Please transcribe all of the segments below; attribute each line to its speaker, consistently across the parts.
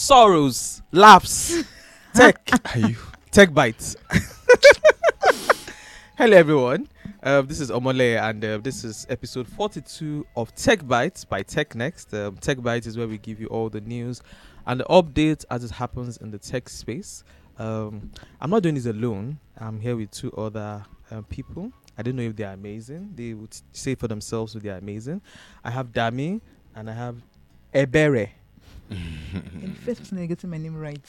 Speaker 1: sorrows, laughs, tech, tech bites. Hello, everyone. Uh, this is Omole, and uh, this is episode 42 of Tech Bites by TechNext. Um, tech Bites is where we give you all the news and the updates as it happens in the tech space. Um, I'm not doing this alone. I'm here with two other uh, people. I don't know if they're amazing. They would say for themselves if they're amazing. I have Dami and I have Ebere.
Speaker 2: I'm the first person that getting my name right.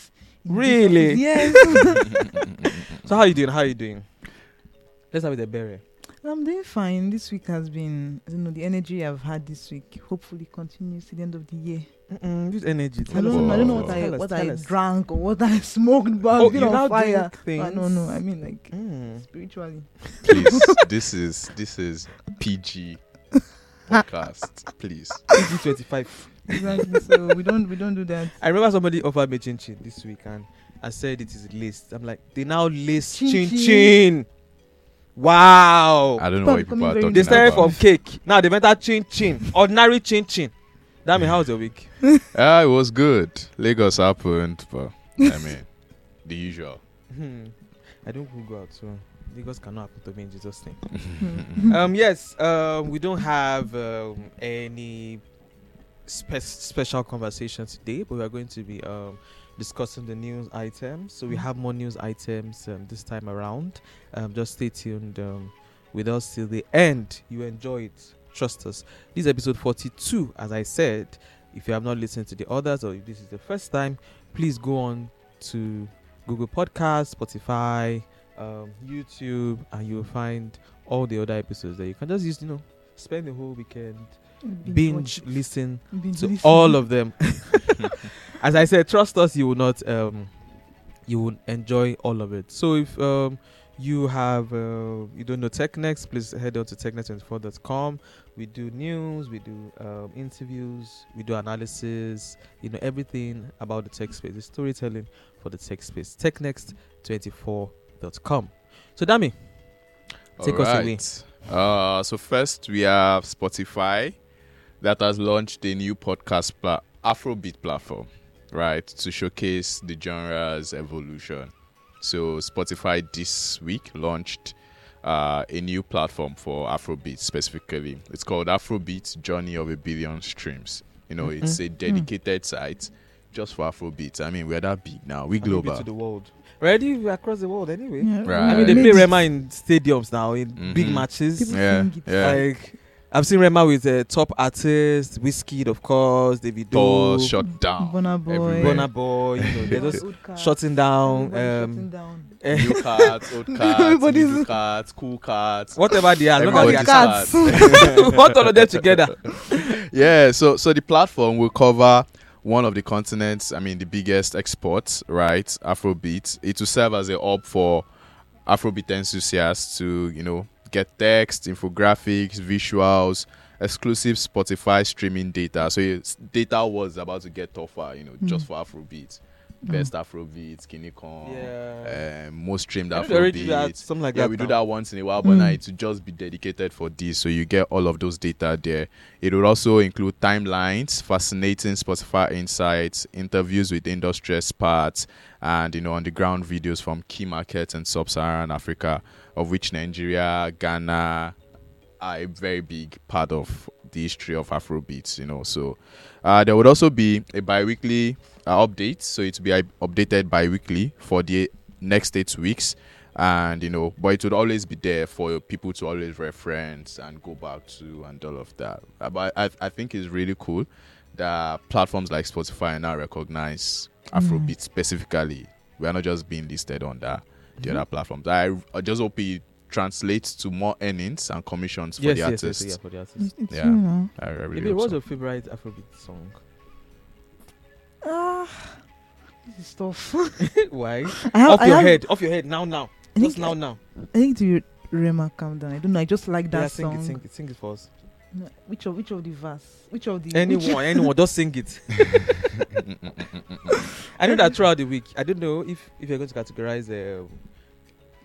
Speaker 2: In this
Speaker 1: Mm. Really?
Speaker 2: office. Yes.
Speaker 1: So how you doing? How you doing? Let's start with Ebere.
Speaker 2: I'm doing fine. This week has been, I don't know, the energy I've had this week hopefully continues to the end of the year.
Speaker 1: Mm-mm, use energy.
Speaker 2: I
Speaker 1: us
Speaker 2: don't, I don't know what
Speaker 1: more.
Speaker 2: I
Speaker 1: Tell us,
Speaker 2: what
Speaker 1: tell
Speaker 2: I
Speaker 1: us.
Speaker 2: drank or what I smoked, but
Speaker 1: Oh,
Speaker 2: I've been
Speaker 1: you now
Speaker 2: on fire.
Speaker 1: doing
Speaker 2: I
Speaker 1: things.
Speaker 2: don't know. I mean, like
Speaker 1: Mm.
Speaker 2: spiritually.
Speaker 3: please this is this is pg podcast please
Speaker 1: PG 25.
Speaker 2: Exactly. so we don't we don't do that.
Speaker 1: I remember somebody offered me chin chin this week and I said it is laced. I'm like, they now lace
Speaker 2: Chin
Speaker 1: chin
Speaker 2: chin.
Speaker 1: chin. Wow.
Speaker 3: i don't know why
Speaker 2: People
Speaker 3: people are
Speaker 2: becoming very
Speaker 3: talking
Speaker 1: They started
Speaker 3: about
Speaker 1: from cake. Now they went out chin chin. Ordinary chin chin. That mean, how's your week?
Speaker 3: ah it was good lagos happened but i mean the usual
Speaker 1: Hmm. I don't go out soon. Lagos cannot happen to me in Jesus' name.
Speaker 2: Hmm.
Speaker 1: um yes um we don't have um, any spe- special conversation today but we are going to be um discussing the news items so we have more news items um, this time around um just stay tuned um, with us till the end you enjoy it trust us this is episode 42 as i said if you have not listened to the others or if this is the first time please go on to google podcast spotify um, youtube and you'll find all the other episodes that you can just use, you know, spend the whole weekend, binge
Speaker 2: watch.
Speaker 1: listen
Speaker 2: Binge
Speaker 1: to
Speaker 2: listen.
Speaker 1: all of them. As I said, trust us, you will not, um, you will enjoy all of it. So if um, you have, uh, you don't know TechNext, please head on to technext24.com. We do news, we do um, interviews, we do analysis, you know, everything about the tech space, the storytelling for the tech space. Technext24.com. So, Dami, Take us
Speaker 3: Alright. uh so first we have spotify that has launched a new podcast pla- afrobeat platform right to showcase the genre's evolution so spotify this week launched uh, a new platform for afrobeat specifically it's called afrobeat journey of a billion streams you know
Speaker 1: Mm-hmm.
Speaker 3: it's
Speaker 1: Mm.
Speaker 3: a dedicated site just for afrobeat i mean we're that big now we
Speaker 1: and maybe
Speaker 3: global
Speaker 1: to the world. Already we are across the world anyway.
Speaker 2: Yeah.
Speaker 3: Right.
Speaker 1: I mean, they
Speaker 2: Ladies.
Speaker 1: play Rema in stadiums now in big
Speaker 3: Mhm.
Speaker 1: matches.
Speaker 2: People
Speaker 3: yeah
Speaker 2: think it's
Speaker 3: yeah
Speaker 1: Like I've seen Rema with uh, top artists, Whiskey, of course, David
Speaker 3: Doors
Speaker 1: Doe,
Speaker 3: shut down
Speaker 2: Burna Boy.
Speaker 3: everywhere.
Speaker 1: Burna Boy. You know, they're just
Speaker 2: Old
Speaker 1: shutting
Speaker 2: card.
Speaker 1: down.
Speaker 2: Everybody shutting
Speaker 1: Um,
Speaker 2: down.
Speaker 1: eh,
Speaker 3: new cards, old cards,
Speaker 2: Everybody's-
Speaker 3: new cards, cool cards.
Speaker 1: whatever they are, look
Speaker 3: Everybody's
Speaker 1: at
Speaker 2: cards.
Speaker 1: their what all of them together.
Speaker 3: Yeah, so so the platform will cover one of the continents, I mean the biggest exports, right? Afrobeat. It will serve as a hub for Afrobeat enthusiasts to, you know, get text, infographics, visuals, exclusive Spotify streaming data. So it's, data was about to get tougher, you know, just for Afrobeat. Best Afrobeat, Kinicon,
Speaker 1: Yeah.
Speaker 3: um, most streamed
Speaker 1: I think they already do that,
Speaker 3: Afrobeat.
Speaker 1: something like
Speaker 3: yeah,
Speaker 1: that.
Speaker 3: we do
Speaker 1: now. Hmm.
Speaker 3: that once in a while, but now it will just be dedicated for this. So you get all of those data there. It will also include timelines, fascinating Spotify insights, interviews with industry experts, and you know on the ground videos from key markets in sub-Saharan Africa, of which Nigeria, Ghana are a very big part of the history of Afrobeats. You know, so uh, there would also be a bi-weekly uh, update. So it will be uh, updated bi-weekly for the next eight weeks and you know but it would always be there for people to always reference and go back to and all of that Uh, but i, I think it's really cool that platforms like spotify now recognize
Speaker 1: Mm.
Speaker 3: afrobeat specifically we're not just being listed on that the
Speaker 1: Mm-hmm.
Speaker 3: other platforms i, I just hope it translates to more earnings and commissions for
Speaker 1: Yes,
Speaker 3: the
Speaker 1: yes, yes,
Speaker 3: artists
Speaker 1: yeah, for the artists.
Speaker 2: It's, it's
Speaker 3: Yeah.
Speaker 2: you know.
Speaker 3: I, I really
Speaker 1: Maybe
Speaker 3: hope
Speaker 1: what's
Speaker 3: so.
Speaker 1: your favorite Afrobeat song?
Speaker 2: Ah, this is tough.
Speaker 1: Why?
Speaker 2: I have,
Speaker 1: off
Speaker 2: I
Speaker 1: your
Speaker 2: have-
Speaker 1: head, off your head, now, now,
Speaker 2: I think,
Speaker 1: just now, now.
Speaker 2: I think to Rema, calm down. I don't know. I just like that
Speaker 1: yeah, sing
Speaker 2: song.
Speaker 1: it, sing it, sing it for us.
Speaker 2: No, which of which of the verse? Which of the which-
Speaker 1: anyone, anyone, just sing it.
Speaker 3: Mm,
Speaker 1: I know that throughout the week, I don't know if if you're going to categorize uh,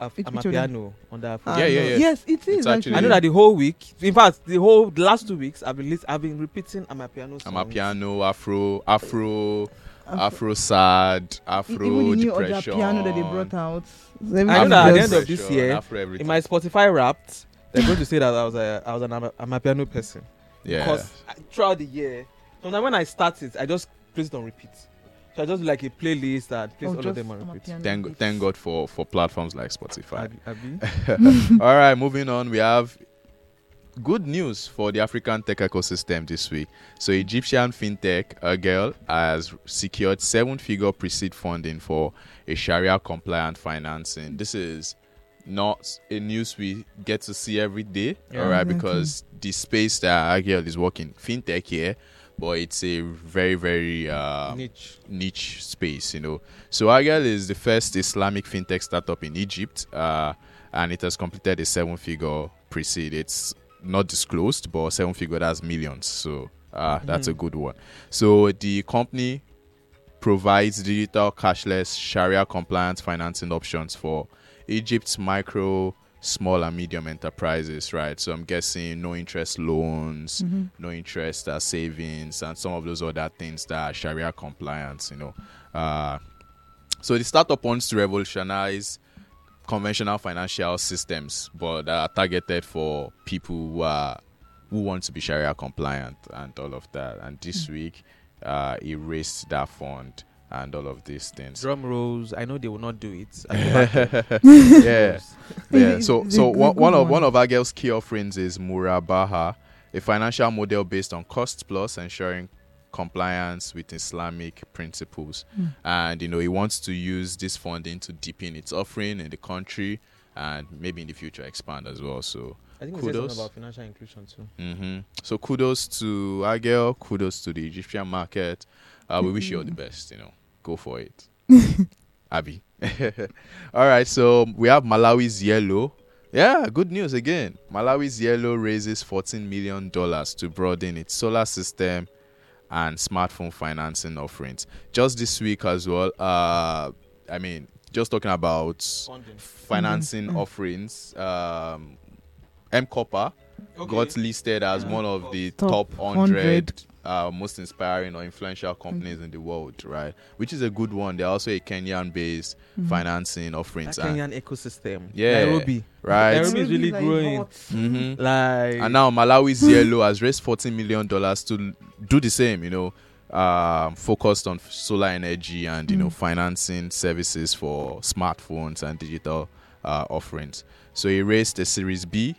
Speaker 1: Af-
Speaker 2: Which- which
Speaker 1: Amapiano under Afro.
Speaker 2: Ah,
Speaker 3: Yeah, yeah,
Speaker 2: no.
Speaker 3: yeah.
Speaker 2: Yes, it is actually.
Speaker 3: actually-
Speaker 1: I know that the whole week, in fact, the whole the last two weeks, I've been lis- I've been repeating Amapiano songs.
Speaker 3: I'm a piano, afro, afro, Afro sad,
Speaker 2: E-
Speaker 3: Afro
Speaker 2: Even the new other
Speaker 3: depression.
Speaker 2: piano that they brought out. So
Speaker 1: I
Speaker 2: everything
Speaker 1: know that at the
Speaker 2: just-
Speaker 1: end of this
Speaker 3: Depression,
Speaker 1: year,
Speaker 3: Afro everything.
Speaker 1: In my Spotify Wrapped, they're going to say that I was a I was an Ama- Amapiano person
Speaker 3: yeah.
Speaker 1: because I- throughout the year, sometimes when I start it, I just place it on repeat. So I just do like a playlist that plays
Speaker 2: Oh,
Speaker 1: all of
Speaker 2: just
Speaker 1: them on
Speaker 2: I'm a
Speaker 1: repeat.
Speaker 2: piano
Speaker 3: Thank,
Speaker 2: bitch.
Speaker 3: thank God for, for platforms like Spotify.
Speaker 1: Ab- Abi?
Speaker 3: All right, moving on. We have good news for the African tech ecosystem this week. So, Egyptian fintech, a girl, has secured seven figure pre seed funding for a Sharia compliant financing. This is not a news we get to see every day,
Speaker 1: Yeah.
Speaker 3: all right,
Speaker 2: Exactly.
Speaker 3: because the space that a girl is working, fintech here, but it's a very, very uh,
Speaker 1: Niche.
Speaker 3: niche space, you know. So Agile is the first Islamic fintech startup in Egypt, uh, and it has completed a seven-figure pre-seed. It's not disclosed, but seven-figure that's millions. So uh, that's a good one. So the company provides digital, cashless, Sharia-compliant financing options for Egypt's micro, small, and medium enterprises. Right. So I'm guessing no interest loans
Speaker 2: Mhm.
Speaker 3: no interest uh, savings and some of those other things that are sharia compliance you know uh, so the startup wants to revolutionize conventional financial systems but that are targeted for people who are who want to be sharia compliant and all of that and this week uh, it raised that fund and all of these things
Speaker 1: Drum rolls. I know they will not do it. I know that.
Speaker 3: yeah yeah.
Speaker 2: It's-
Speaker 3: So
Speaker 2: it's
Speaker 3: so
Speaker 2: a good-
Speaker 3: one, one
Speaker 2: good
Speaker 3: of one
Speaker 2: one.
Speaker 3: of our girls' key offerings is Murabaha, a financial model based on cost plus, ensuring compliance with Islamic principles.
Speaker 2: Mm.
Speaker 3: And you know, he wants to use this funding to deepen its offering in the country and maybe in the future expand as well. So
Speaker 1: I think we said
Speaker 3: Kudos.
Speaker 1: something about financial inclusion too.
Speaker 3: hmm so kudos to our girl, kudos to the Egyptian market. Uh, we wish you all the best, you know. Go for it. Abby. all right, so we have Malawi's yellow. Yeah, good news again. Malawi's yellow raises $14 million to broaden its solar system and smartphone financing offerings. Just this week as well, uh, I mean, just talking about
Speaker 1: Funding.
Speaker 3: financing offerings, um, M Copper got listed as
Speaker 1: Yeah.
Speaker 3: one of the
Speaker 2: Top
Speaker 3: top 100 uh, most inspiring or influential companies in the world, right? Which is a good one. They're also a Kenyan based
Speaker 2: Mm. mm-hmm.
Speaker 3: financing offerings, and,
Speaker 1: Kenyan ecosystem.
Speaker 3: ah. Yeah.
Speaker 1: Nairobi.
Speaker 3: right?
Speaker 1: Nairobi is really
Speaker 2: like
Speaker 1: growing.
Speaker 2: hot.
Speaker 3: hmm
Speaker 1: Like
Speaker 3: And now Malawi's Yellow has raised $14 million to do the same, you know. Um, focused on solar energy and you know financing services for smartphones and digital uh, offerings. So he raised a Series B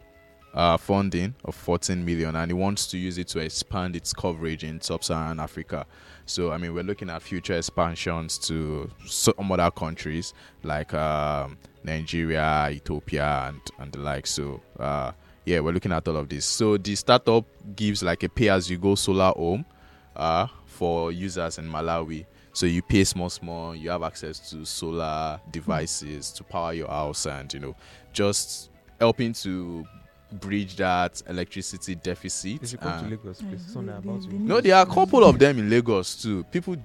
Speaker 3: uh, funding of 14 million and it wants to use it to expand its coverage in sub-Saharan Africa. So I mean, we're looking at future expansions to some other countries like um, Nigeria, Ethiopia, and and the like. So uh, yeah, we're looking at all of this. So the startup gives like a pay-as-you-go solar home uh, for users in Malawi. So you pay small, small. You have access to solar devices to power your house, and you know, just helping to bridge that electricity deficit.
Speaker 1: They should come
Speaker 3: and-
Speaker 1: to Lagos, please.
Speaker 2: Yeah,
Speaker 1: Something
Speaker 2: they-
Speaker 1: about
Speaker 2: they
Speaker 1: it.
Speaker 2: need-
Speaker 3: Ah. no, there are a couple of them in Lagos too. People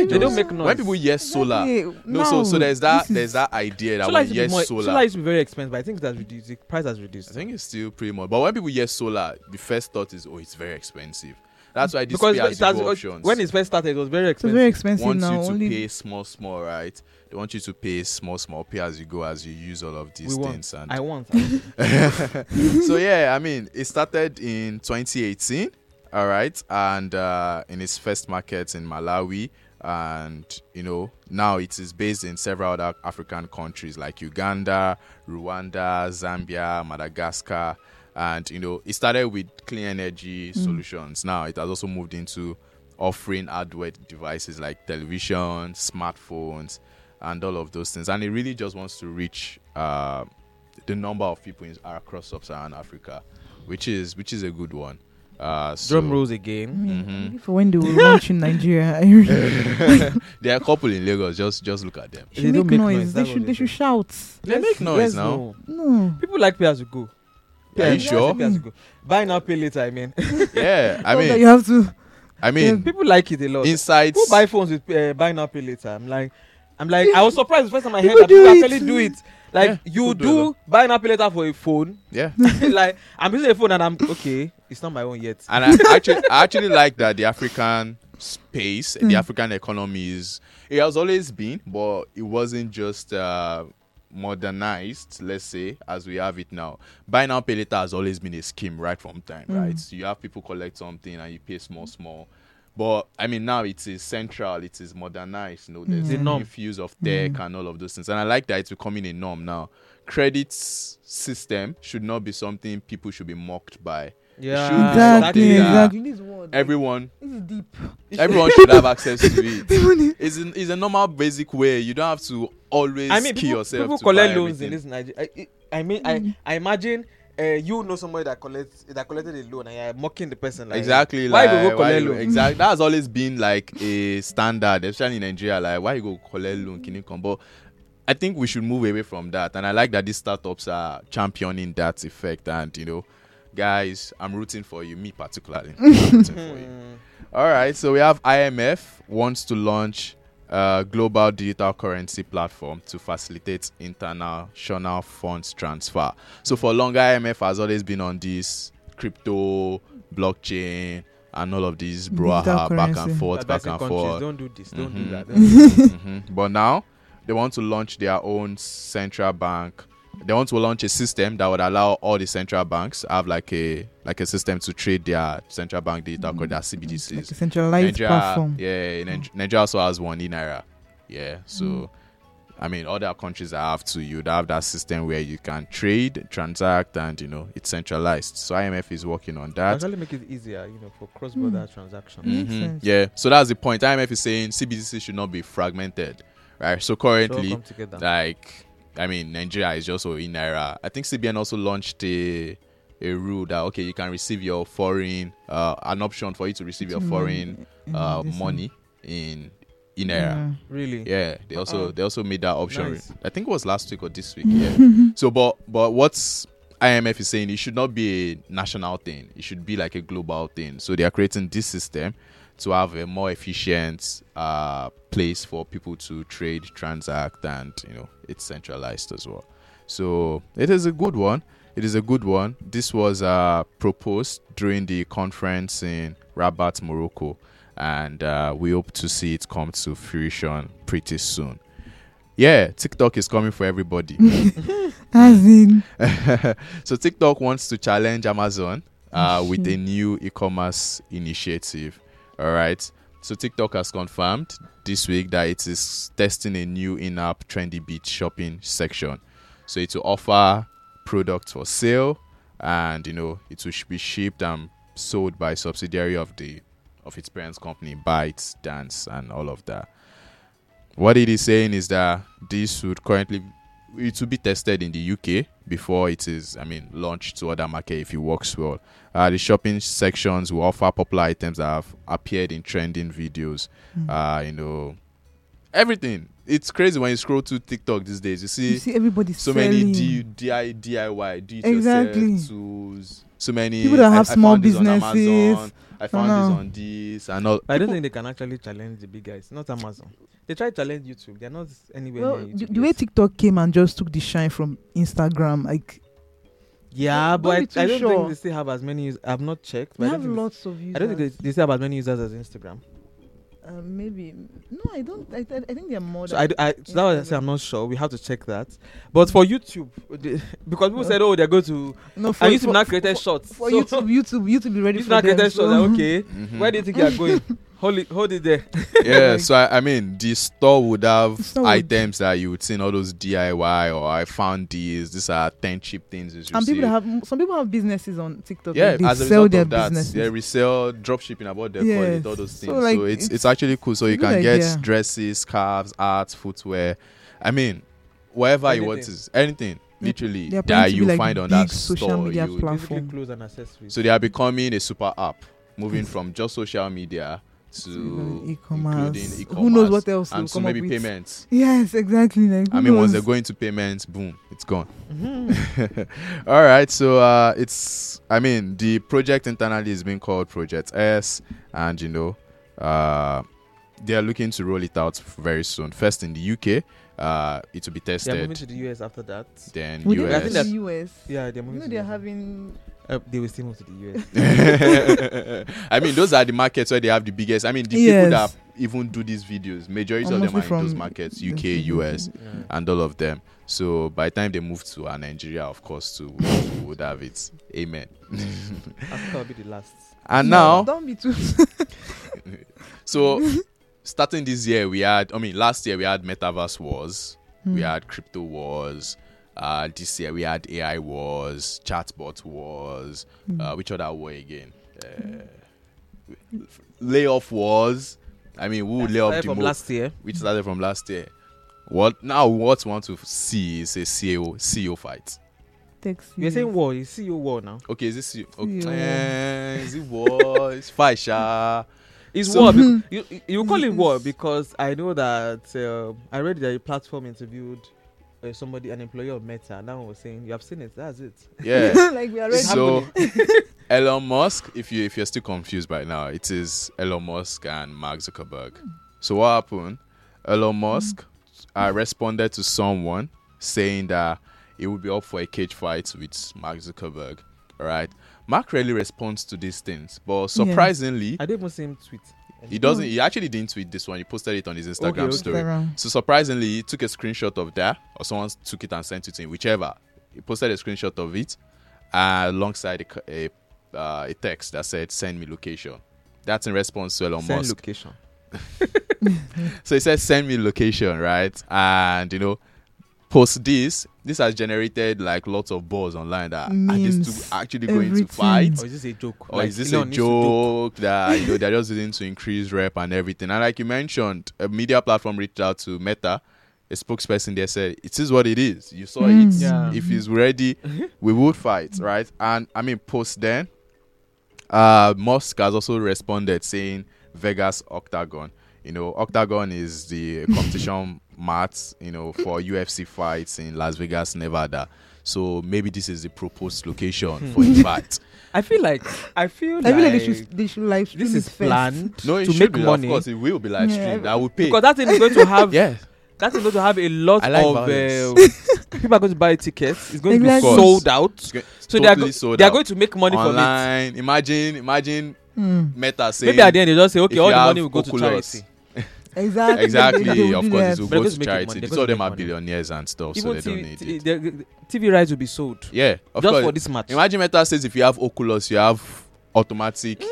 Speaker 1: They don't
Speaker 3: just-
Speaker 1: make noise.
Speaker 3: when people hear solar,
Speaker 2: Exactly.
Speaker 3: no, so so there's that
Speaker 2: this is-
Speaker 3: there's that idea that
Speaker 1: solar
Speaker 3: when
Speaker 1: used,
Speaker 3: you
Speaker 1: to
Speaker 3: hear
Speaker 1: be more,
Speaker 3: solar,
Speaker 1: solar. used to be very expensive, but I think that's reduced. The price has reduced.
Speaker 3: I think it's still pretty much. But when people hear solar, the first thought is, oh, it's very expensive. That's why this
Speaker 1: because
Speaker 3: pay as
Speaker 1: it
Speaker 3: you
Speaker 1: has, uh,
Speaker 3: go options.
Speaker 1: when it first started, it was very
Speaker 2: It's
Speaker 1: expensive.
Speaker 2: very expensive
Speaker 3: want
Speaker 2: now.
Speaker 3: you to
Speaker 2: Only
Speaker 3: pay small, small, right? They want you to pay small, small, pay as you go, as you use all of these
Speaker 1: we want.
Speaker 3: things. And
Speaker 1: I want. I want.
Speaker 3: so yeah, I mean, it started in 2018, all right, and uh, in its first market in Malawi, and you know now it is based in several other African countries like Uganda, Rwanda, Zambia, Madagascar, and you know it started with clean energy solutions. Now it has also moved into offering hardware devices like television, smartphones, and all of those things. And it really just wants to reach uh, the number of people in, across sub-Saharan Africa, which is which is a good one. Uh, so
Speaker 1: Drum rolls
Speaker 2: I
Speaker 1: again.
Speaker 2: mean,
Speaker 3: Mhm.
Speaker 2: maybe for when they will launch in Nigeria, I really
Speaker 3: There are a couple in Lagos. Just just look at them.
Speaker 1: They
Speaker 2: should
Speaker 1: don't
Speaker 2: make
Speaker 1: make
Speaker 2: noise.
Speaker 1: noise,
Speaker 2: They
Speaker 1: that's what
Speaker 2: should
Speaker 1: they
Speaker 2: they should
Speaker 1: do.
Speaker 2: shout.
Speaker 3: They make noise
Speaker 1: Yes,
Speaker 3: now.
Speaker 1: no.
Speaker 2: No,
Speaker 1: People like pay as you go. Pay
Speaker 3: Are
Speaker 1: as
Speaker 3: you
Speaker 1: go.
Speaker 3: sure?
Speaker 1: Pay as you go. Buy now, pay later. I mean,
Speaker 3: Yeah,
Speaker 1: Oh,
Speaker 3: I
Speaker 2: Not that
Speaker 3: mean, uh,
Speaker 2: you have to.
Speaker 3: I mean,
Speaker 1: people like it a lot.
Speaker 3: insights.
Speaker 1: Who buy phones with uh, buy now, pay later? I'm like, I'm like, I was surprised the first time I heard
Speaker 2: People
Speaker 1: that people
Speaker 2: do it.
Speaker 1: actually do it. Like
Speaker 3: Yeah, people
Speaker 1: you
Speaker 3: do it a
Speaker 1: do buy now, pay later for a phone.
Speaker 3: Yeah,
Speaker 1: like I'm using a phone and I'm okay. It's not my own yet.
Speaker 3: and I actually, I actually like that the African space, the African economy is it has always been, but it wasn't just uh, modernized, let's say, as we have it now. Buy now, pay later has always been a scheme right from time, right? So you have people collect something and you pay small, small. But I mean, now it is central, it is modernized. You know, there's
Speaker 1: The
Speaker 3: a
Speaker 1: norm.
Speaker 3: infuse of tech and all of those things, and I like that it's becoming a norm now. Credit s- system should not be something people should be mocked by.
Speaker 1: Yeah,
Speaker 2: Exactly,
Speaker 3: exactly.
Speaker 2: exactly. This word.
Speaker 3: Everyone,
Speaker 2: This is deep.
Speaker 3: everyone should have access to it.
Speaker 2: Even
Speaker 3: It's, an, it's a normal, basic way. You don't have to always
Speaker 1: I mean,
Speaker 3: kill
Speaker 1: people,
Speaker 3: yourself.
Speaker 1: people
Speaker 3: to
Speaker 1: collect
Speaker 3: buy
Speaker 1: loans in
Speaker 3: everything. Mm-hmm.
Speaker 1: this Nigeria. I, I mean, I, I imagine uh, you know somebody that collects that collected a loan and you're mocking the person. Like,
Speaker 3: exactly
Speaker 1: Why
Speaker 3: like,
Speaker 1: we go collect
Speaker 3: you-
Speaker 1: loan?
Speaker 3: exact- that has always been like a standard especially in nigeria like why you go collect loan can you come but i think we should move away from that and i like that these startups are championing that effect and you know guys i'm rooting for you me particularly I'm rooting for you.
Speaker 1: Mm.
Speaker 3: all right so we have imf wants to launch a global digital currency platform to facilitate international funds transfer so for long, IMF has always been on this crypto, blockchain, and all of these brouhaha back and
Speaker 2: currency.
Speaker 3: forth, back
Speaker 1: Advising
Speaker 3: and
Speaker 1: countries,
Speaker 3: forth.
Speaker 1: Don't do this. Don't
Speaker 3: Mhm.
Speaker 1: do that. don't do that.
Speaker 3: Mhm. But now they want to launch their own central bank. They want to launch a system that would allow all the central banks have like a like a system to trade their central bank digital called their CBDCs.
Speaker 2: Mm-hmm. like a centralized platform.
Speaker 3: Yeah, Niger- Nigeria also has one in Naira. Yeah, so
Speaker 2: Mm.
Speaker 3: I mean, other countries that have to, you'd have that system where you can trade, transact, and you know it's centralized. So IMF is working on that.
Speaker 1: Actually, make it easier, you know, for cross-border transactions.
Speaker 2: Mm. Makes
Speaker 3: Mhm.
Speaker 2: sense.
Speaker 3: Yeah, so that's the point. IMF is saying CBDC should not be fragmented, right?
Speaker 1: Should
Speaker 3: So
Speaker 1: all
Speaker 3: currently,
Speaker 1: come together.
Speaker 3: like I mean, Nigeria is just in naira. I think CBN also launched a a rule that okay, you can receive your foreign uh, an option for you to receive your
Speaker 2: Mm,
Speaker 3: foreign
Speaker 2: in
Speaker 3: uh,
Speaker 2: this Mm.
Speaker 3: money in
Speaker 2: one.
Speaker 3: in naira.
Speaker 1: really.
Speaker 3: Yeah, they also
Speaker 2: Oh.
Speaker 1: Uh-uh.
Speaker 3: they also made that option.
Speaker 1: Nice.
Speaker 3: I think it was last week or this week. Yeah. so, but but what's IMF is saying it should not be a national thing. It should be like a global thing. So they are creating this system to have a more efficient uh, place for people to trade, transact, and you know it's centralized as well. So it is a good one. It is a good one. This was uh, proposed during the conference in Rabat, Morocco, and uh, we hope to see it come to fruition pretty soon. Yeah, TikTok is coming for everybody.
Speaker 2: As
Speaker 3: Mm.
Speaker 2: in,
Speaker 3: so TikTok wants to challenge Amazon uh,
Speaker 2: Oh,
Speaker 3: with a
Speaker 2: shit.
Speaker 3: new e-commerce initiative. All right. So TikTok has confirmed this week that it is testing a new in-app trendy beat shopping section. So it will offer products for sale, and you know it will sh- be shipped and sold by subsidiary of the of its parent company, Bytes Dance, and all of that. What it is saying is that this would currently it will be tested in the UK before it is, I mean, launched to other market if it works well. Uh, the shopping sections will offer popular items that have appeared in trending videos.
Speaker 2: mm.
Speaker 3: Uh, you know, everything. It's crazy when you scroll through TikTok these days. You see,
Speaker 2: you see everybody
Speaker 3: so
Speaker 2: selling.
Speaker 3: many D- DI, DIY, do it
Speaker 2: Exactly.
Speaker 3: yourself tools. So many
Speaker 2: People that have small
Speaker 3: found this on
Speaker 2: businesses.
Speaker 3: Amazon, I found
Speaker 2: know.
Speaker 3: this on this and all.
Speaker 1: But I don't think they can actually challenge the big guys. Not Amazon. They try to challenge YouTube. They're not anywhere
Speaker 2: Well,
Speaker 1: near
Speaker 2: the,
Speaker 1: YouTube.
Speaker 2: the way
Speaker 1: yet.
Speaker 2: TikTok came and just took the shine from Instagram, like
Speaker 1: yeah,
Speaker 2: Don't
Speaker 1: but I,
Speaker 2: be too
Speaker 1: I don't
Speaker 2: sure.
Speaker 1: think they still have as many. Us- I've not checked. But
Speaker 2: we
Speaker 1: I don't,
Speaker 2: have
Speaker 1: think they-
Speaker 2: lots of users.
Speaker 1: I don't think they, they still have as many users as Instagram.
Speaker 2: Uh, maybe no, I don't. I, I I think they are more.
Speaker 1: So
Speaker 2: than-
Speaker 1: I, d- I- so that was I say I'm not sure. We have to check that. But for YouTube, they- because people said, oh, they're going to.
Speaker 2: no, for,
Speaker 1: And YouTube
Speaker 2: for,
Speaker 1: now created shorts.
Speaker 2: for
Speaker 1: So-
Speaker 2: YouTube, YouTube, YouTube be ready
Speaker 1: YouTube
Speaker 2: for
Speaker 1: now
Speaker 2: them,
Speaker 1: created shorts.
Speaker 2: so- Hmm.
Speaker 1: Like, okay,
Speaker 3: Mhm.
Speaker 1: where do you think you're going? hold it, hold it there.
Speaker 3: yeah, so I, I mean, the store would have
Speaker 2: The store would-
Speaker 3: items that you would see in all those DIY or I found these. These are ten cheap things. You should
Speaker 2: And people
Speaker 3: see.
Speaker 2: have some people have businesses on TikTok.
Speaker 3: yeah,
Speaker 2: like, they
Speaker 3: as a
Speaker 2: sell
Speaker 3: result
Speaker 2: their
Speaker 3: of that,
Speaker 2: businesses.
Speaker 3: yeah, resell drop shipping about their
Speaker 2: Yes.
Speaker 3: quality, all those
Speaker 2: So,
Speaker 3: things. So,
Speaker 2: like,
Speaker 3: it's, it's
Speaker 2: it's-
Speaker 3: actually cool. So
Speaker 2: it's
Speaker 3: you
Speaker 2: a good
Speaker 3: can
Speaker 2: idea.
Speaker 3: get dresses, scarves, art, footwear. I mean, whatever you want
Speaker 1: Anything.
Speaker 3: is anything literally
Speaker 2: They are planning
Speaker 3: that
Speaker 2: to
Speaker 3: you
Speaker 2: be like
Speaker 3: find on
Speaker 2: big
Speaker 3: that
Speaker 2: social
Speaker 3: store.
Speaker 2: media
Speaker 3: you-
Speaker 2: platform.
Speaker 1: Basically,
Speaker 2: Platform.
Speaker 1: clothes and accessories.
Speaker 3: so they are becoming a super app, moving from just social media to
Speaker 2: E-commerce.
Speaker 3: including
Speaker 2: Who knows
Speaker 3: e-commerce
Speaker 2: what else
Speaker 3: and
Speaker 2: will
Speaker 3: so
Speaker 2: come up
Speaker 3: maybe
Speaker 2: with.
Speaker 3: payments.
Speaker 2: Yes, exactly. Like, who
Speaker 3: I mean,
Speaker 2: knows?
Speaker 3: once they're going to payments, boom, it's gone.
Speaker 1: Mhm.
Speaker 3: All right, so uh, it's, I mean, the project internally is being called Project S, and you know, uh, they are looking to roll it out very soon. First in the UK, uh, it will be
Speaker 1: They're moving
Speaker 3: tested,
Speaker 1: to the US after that.
Speaker 3: then
Speaker 2: Would they
Speaker 1: I
Speaker 3: US.
Speaker 1: think
Speaker 2: go to the US?
Speaker 1: Yeah, they're
Speaker 2: You
Speaker 1: moving.
Speaker 2: know
Speaker 1: to
Speaker 2: they're
Speaker 1: the US.
Speaker 2: having
Speaker 1: Uh, they will still move to the US.
Speaker 3: I mean, those are the markets where they have the biggest. I mean, the people that
Speaker 2: Yes.
Speaker 3: even do these videos, majority of
Speaker 2: Almost
Speaker 3: them are in those
Speaker 2: from
Speaker 3: markets,
Speaker 2: the
Speaker 3: UK,
Speaker 2: Philippines.
Speaker 3: US,
Speaker 1: Yeah.
Speaker 3: and all of them. So by the time they move to uh, Nigeria, of course, too, we we would have it. Amen.
Speaker 1: Africa will be the last.
Speaker 3: And
Speaker 2: No,
Speaker 3: now,
Speaker 2: don't be too.
Speaker 3: so starting this year, we had. I mean, last year we had Metaverse Wars, we
Speaker 1: Mm.
Speaker 3: had Crypto Wars. Uh, this year we had AI wars, chatbot wars,
Speaker 1: Mm.
Speaker 3: uh, which other war again? Uh, layoff wars. I mean, we would lay off
Speaker 1: Started
Speaker 3: the
Speaker 1: from
Speaker 3: most,
Speaker 1: last year.
Speaker 3: which started from last year. What now? What we want to see is a E CEO CEO fight.
Speaker 2: Texas.
Speaker 1: You're saying war. You see your war now.
Speaker 3: Okay, is this CEO?
Speaker 2: CEO.
Speaker 3: Okay, is it war? It's fight, sha.
Speaker 1: It's
Speaker 3: So-
Speaker 1: war. Because, you you call it war because I know that um I read that a platform interviewed uh, somebody, an employee of Meta, and that one was saying, "You have seen it. That's it."
Speaker 3: Yeah.
Speaker 2: like we are ready.
Speaker 3: so Elon Musk, if you if you're still confused by now, it is Elon Musk and Mark Zuckerberg. So what happened? Elon Musk uh, responded to someone saying that he would be up for a cage fight with Mark Zuckerberg. All right. Mark rarely responds to these things, but surprisingly,
Speaker 1: I didn't even see him tweet.
Speaker 3: he doesn't. He actually didn't tweet this one. He posted it on his Instagram
Speaker 1: Hmm. okay.
Speaker 3: story.
Speaker 2: Instagram.
Speaker 3: So surprisingly, he took a screenshot of that, or someone took it and sent it to him, whichever. He posted a screenshot of it uh, alongside a, c- a, uh, a text that said, "Send me location." That's in response to Elon
Speaker 1: Send
Speaker 3: Musk.
Speaker 1: location.
Speaker 3: so he said, "Send me location," right? And you know, post this. This has generated like lots of buzz online that are these
Speaker 2: Memes,
Speaker 3: two actually going to
Speaker 2: everything.
Speaker 3: fight?
Speaker 1: Or is this a joke?
Speaker 3: Or
Speaker 1: Like,
Speaker 3: is this
Speaker 1: Elon
Speaker 3: a
Speaker 1: needs to
Speaker 3: joke that you know they're just using to increase rep and everything? And like you mentioned, a media platform reached out to Meta. A spokesperson there said, "It is what it is. You saw
Speaker 2: Mm.
Speaker 3: it.
Speaker 1: Hmm. Yeah.
Speaker 3: If he's ready, we would fight, right?" And I mean, post then, uh, Musk has also responded saying, "Vegas Octagon. You know, Octagon is the competition mat. You know, for UFC fights in Las Vegas, Nevada." So maybe this is the proposed location for the fight.
Speaker 1: I feel like I feel
Speaker 2: I
Speaker 1: like,
Speaker 2: feel like they should they should live stream
Speaker 1: this is
Speaker 2: it first.
Speaker 1: planned
Speaker 3: No, it
Speaker 1: to
Speaker 3: should
Speaker 1: make
Speaker 3: be,
Speaker 1: money
Speaker 3: Of course, it will be live
Speaker 2: Yeah.
Speaker 3: streamed. I will pay.
Speaker 1: because that thing is going to have
Speaker 3: yeah,
Speaker 1: that is going to have a lot
Speaker 3: I like
Speaker 1: of
Speaker 3: violence.
Speaker 1: uh, people are going to buy tickets. It's going to be
Speaker 2: Exactly.
Speaker 3: Of course.
Speaker 1: sold out,
Speaker 3: It's go-
Speaker 1: so they are
Speaker 3: totally
Speaker 1: go-
Speaker 3: sold
Speaker 1: they are
Speaker 3: out.
Speaker 1: going to make money from it.
Speaker 3: online. Imagine, imagine
Speaker 2: Mm.
Speaker 3: Meta saying
Speaker 1: Maybe at the end they just say, okay,
Speaker 3: if
Speaker 1: all
Speaker 3: you
Speaker 1: the
Speaker 3: have
Speaker 1: money will go to
Speaker 3: Oculus,
Speaker 1: charity.
Speaker 2: Exactly. They- they
Speaker 3: exactly.
Speaker 2: will
Speaker 3: of
Speaker 2: do
Speaker 3: course,
Speaker 2: that.
Speaker 3: it will
Speaker 1: But
Speaker 3: go
Speaker 1: they're
Speaker 3: to
Speaker 1: going to make money.
Speaker 3: charity.
Speaker 1: They're
Speaker 3: Because
Speaker 1: going
Speaker 3: of
Speaker 1: to
Speaker 3: them are
Speaker 1: make money.
Speaker 3: billionaires and stuff, so
Speaker 1: Even
Speaker 3: they don't
Speaker 1: TV,
Speaker 3: need it.
Speaker 1: the- TV rights will be sold
Speaker 3: Yeah, of
Speaker 1: just
Speaker 3: course.
Speaker 1: for this match.
Speaker 3: Imagine Meta says if you have Oculus, you have automatic
Speaker 2: Mm,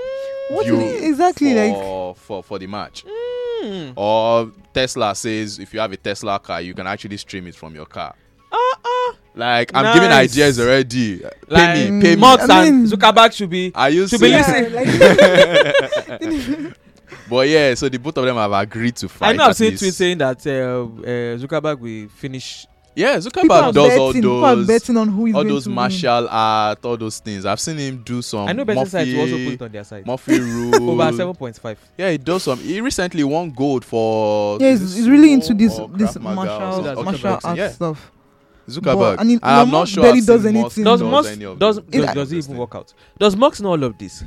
Speaker 2: What do
Speaker 3: view
Speaker 2: you mean? Exactly. Like
Speaker 3: for, for for the match.
Speaker 1: Mm.
Speaker 3: Or Tesla says if you have a Tesla car, you can actually stream it from your car.
Speaker 1: Uh-uh.
Speaker 3: Like I'm giving
Speaker 1: Nice.
Speaker 3: ideas already. Pay
Speaker 1: Like mm,
Speaker 3: me, Ah, pay me.
Speaker 1: Musk
Speaker 2: I
Speaker 1: and
Speaker 2: mean-
Speaker 1: Zuckerberg should be.
Speaker 3: Are you
Speaker 1: Should be
Speaker 3: serious?
Speaker 1: listening.
Speaker 3: But yeah, so the both of them have agreed to fight.
Speaker 1: I know I've
Speaker 3: at
Speaker 1: seen
Speaker 3: least.
Speaker 1: tweets saying that uh, uh, Zuckerberg will finish.
Speaker 3: Yeah,
Speaker 2: people
Speaker 3: Zuckerberg
Speaker 2: are
Speaker 3: does
Speaker 2: betting.
Speaker 3: all
Speaker 2: people are
Speaker 3: those
Speaker 2: betting on who is
Speaker 3: all
Speaker 2: going
Speaker 3: those
Speaker 2: to win.
Speaker 3: martial art, all those things. I've seen him do some
Speaker 1: I know better sites will also put
Speaker 3: Um, Murphy,
Speaker 1: it on their side.
Speaker 3: Murphy
Speaker 1: Over
Speaker 3: rule.
Speaker 1: seven point five.
Speaker 3: Yeah, he does some. He recently won gold for.
Speaker 2: Yeah,
Speaker 3: is
Speaker 2: he's,
Speaker 3: it
Speaker 2: he's really into
Speaker 3: sumo
Speaker 2: this
Speaker 3: or
Speaker 2: this
Speaker 3: Krav Maga
Speaker 1: Zuckerberg.
Speaker 2: martial
Speaker 3: or something?
Speaker 2: martial
Speaker 1: Boxing,
Speaker 2: art
Speaker 3: yeah.
Speaker 2: stuff.
Speaker 3: Zuckerberg. Ah,
Speaker 2: But- and it-
Speaker 3: I'm
Speaker 2: Elon
Speaker 3: not
Speaker 2: Musk
Speaker 3: sure. I've
Speaker 2: barely does
Speaker 3: seen Musk
Speaker 2: anything.
Speaker 1: Does
Speaker 2: Knows
Speaker 1: Musk does
Speaker 3: those-
Speaker 1: does, does
Speaker 3: those
Speaker 1: he even
Speaker 3: things.
Speaker 1: work out? Does Musk know all of this?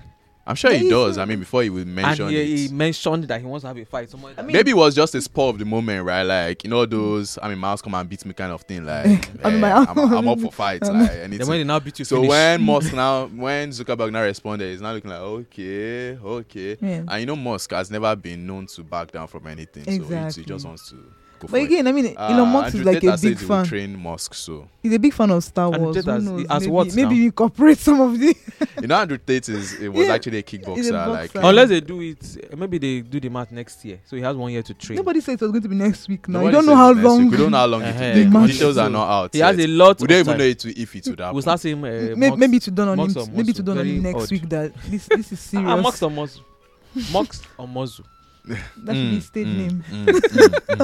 Speaker 3: I'm sure he
Speaker 2: Yeah,
Speaker 3: does.
Speaker 2: he's-
Speaker 3: I mean, before he would mention
Speaker 1: and he,
Speaker 3: it.
Speaker 1: he mentioned that he wants to have a fight. Someone that-
Speaker 2: mean-
Speaker 3: Maybe it was just a spur of the moment, right? Like you know those. I mean, mouse come and beat me kind of thing. Like
Speaker 2: I'm
Speaker 3: eh,
Speaker 2: my- Um,
Speaker 3: I'm, I'm up for fights.
Speaker 2: I'm-
Speaker 3: Like anything.
Speaker 1: then when they now beat you,
Speaker 3: So
Speaker 1: finish.
Speaker 3: when Musk now, when Zuckerberg now responded, he's now looking like okay, okay.
Speaker 2: Yeah.
Speaker 3: And you know, Musk has never been known to back down from anything, so he- he
Speaker 2: Exactly.
Speaker 3: just wants to go for
Speaker 2: But again, I mean,
Speaker 3: it. Uh,
Speaker 2: Elon Musk is
Speaker 3: Andrew
Speaker 2: like
Speaker 3: Tate
Speaker 2: a
Speaker 3: has said
Speaker 2: big
Speaker 3: he will
Speaker 2: fan.
Speaker 3: Train Musk, so
Speaker 2: He's a big fan of Star
Speaker 1: Andrew
Speaker 2: Wars.
Speaker 1: Tate
Speaker 2: Who
Speaker 1: has-
Speaker 2: knows?
Speaker 1: as
Speaker 2: maybe
Speaker 1: what now?
Speaker 2: maybe you incorporate some of the.
Speaker 3: you know, Andrew Tate is it was
Speaker 2: Yeah,
Speaker 3: actually a kickboxer, like
Speaker 2: boxer.
Speaker 1: Unless they do it, uh, maybe they do the math next year. So he has one year to train.
Speaker 2: Nobody said it was going to be next week. Now you
Speaker 3: nobody
Speaker 2: don't know
Speaker 3: says
Speaker 2: how
Speaker 3: it's next
Speaker 2: long.
Speaker 3: Week. We don't know how long it
Speaker 1: Uh-huh.
Speaker 3: will take.
Speaker 2: Musk-
Speaker 3: Details are not out.
Speaker 1: he has
Speaker 3: yet.
Speaker 1: a lot.
Speaker 3: We don't
Speaker 1: of
Speaker 3: even know
Speaker 1: time.
Speaker 3: it to, if it would happen.
Speaker 1: We'll start seeing. Uh,
Speaker 2: May-
Speaker 1: Musk-
Speaker 2: maybe to dawn on
Speaker 1: Musk
Speaker 2: him.
Speaker 1: or
Speaker 2: Maybe
Speaker 1: Musu.
Speaker 2: to dawn on
Speaker 1: Very
Speaker 2: him next
Speaker 1: odd.
Speaker 2: week that this this is serious.
Speaker 1: Ah, Max or Mozu. Max or Mozu.
Speaker 2: That should be
Speaker 3: Mm,
Speaker 2: his stage name.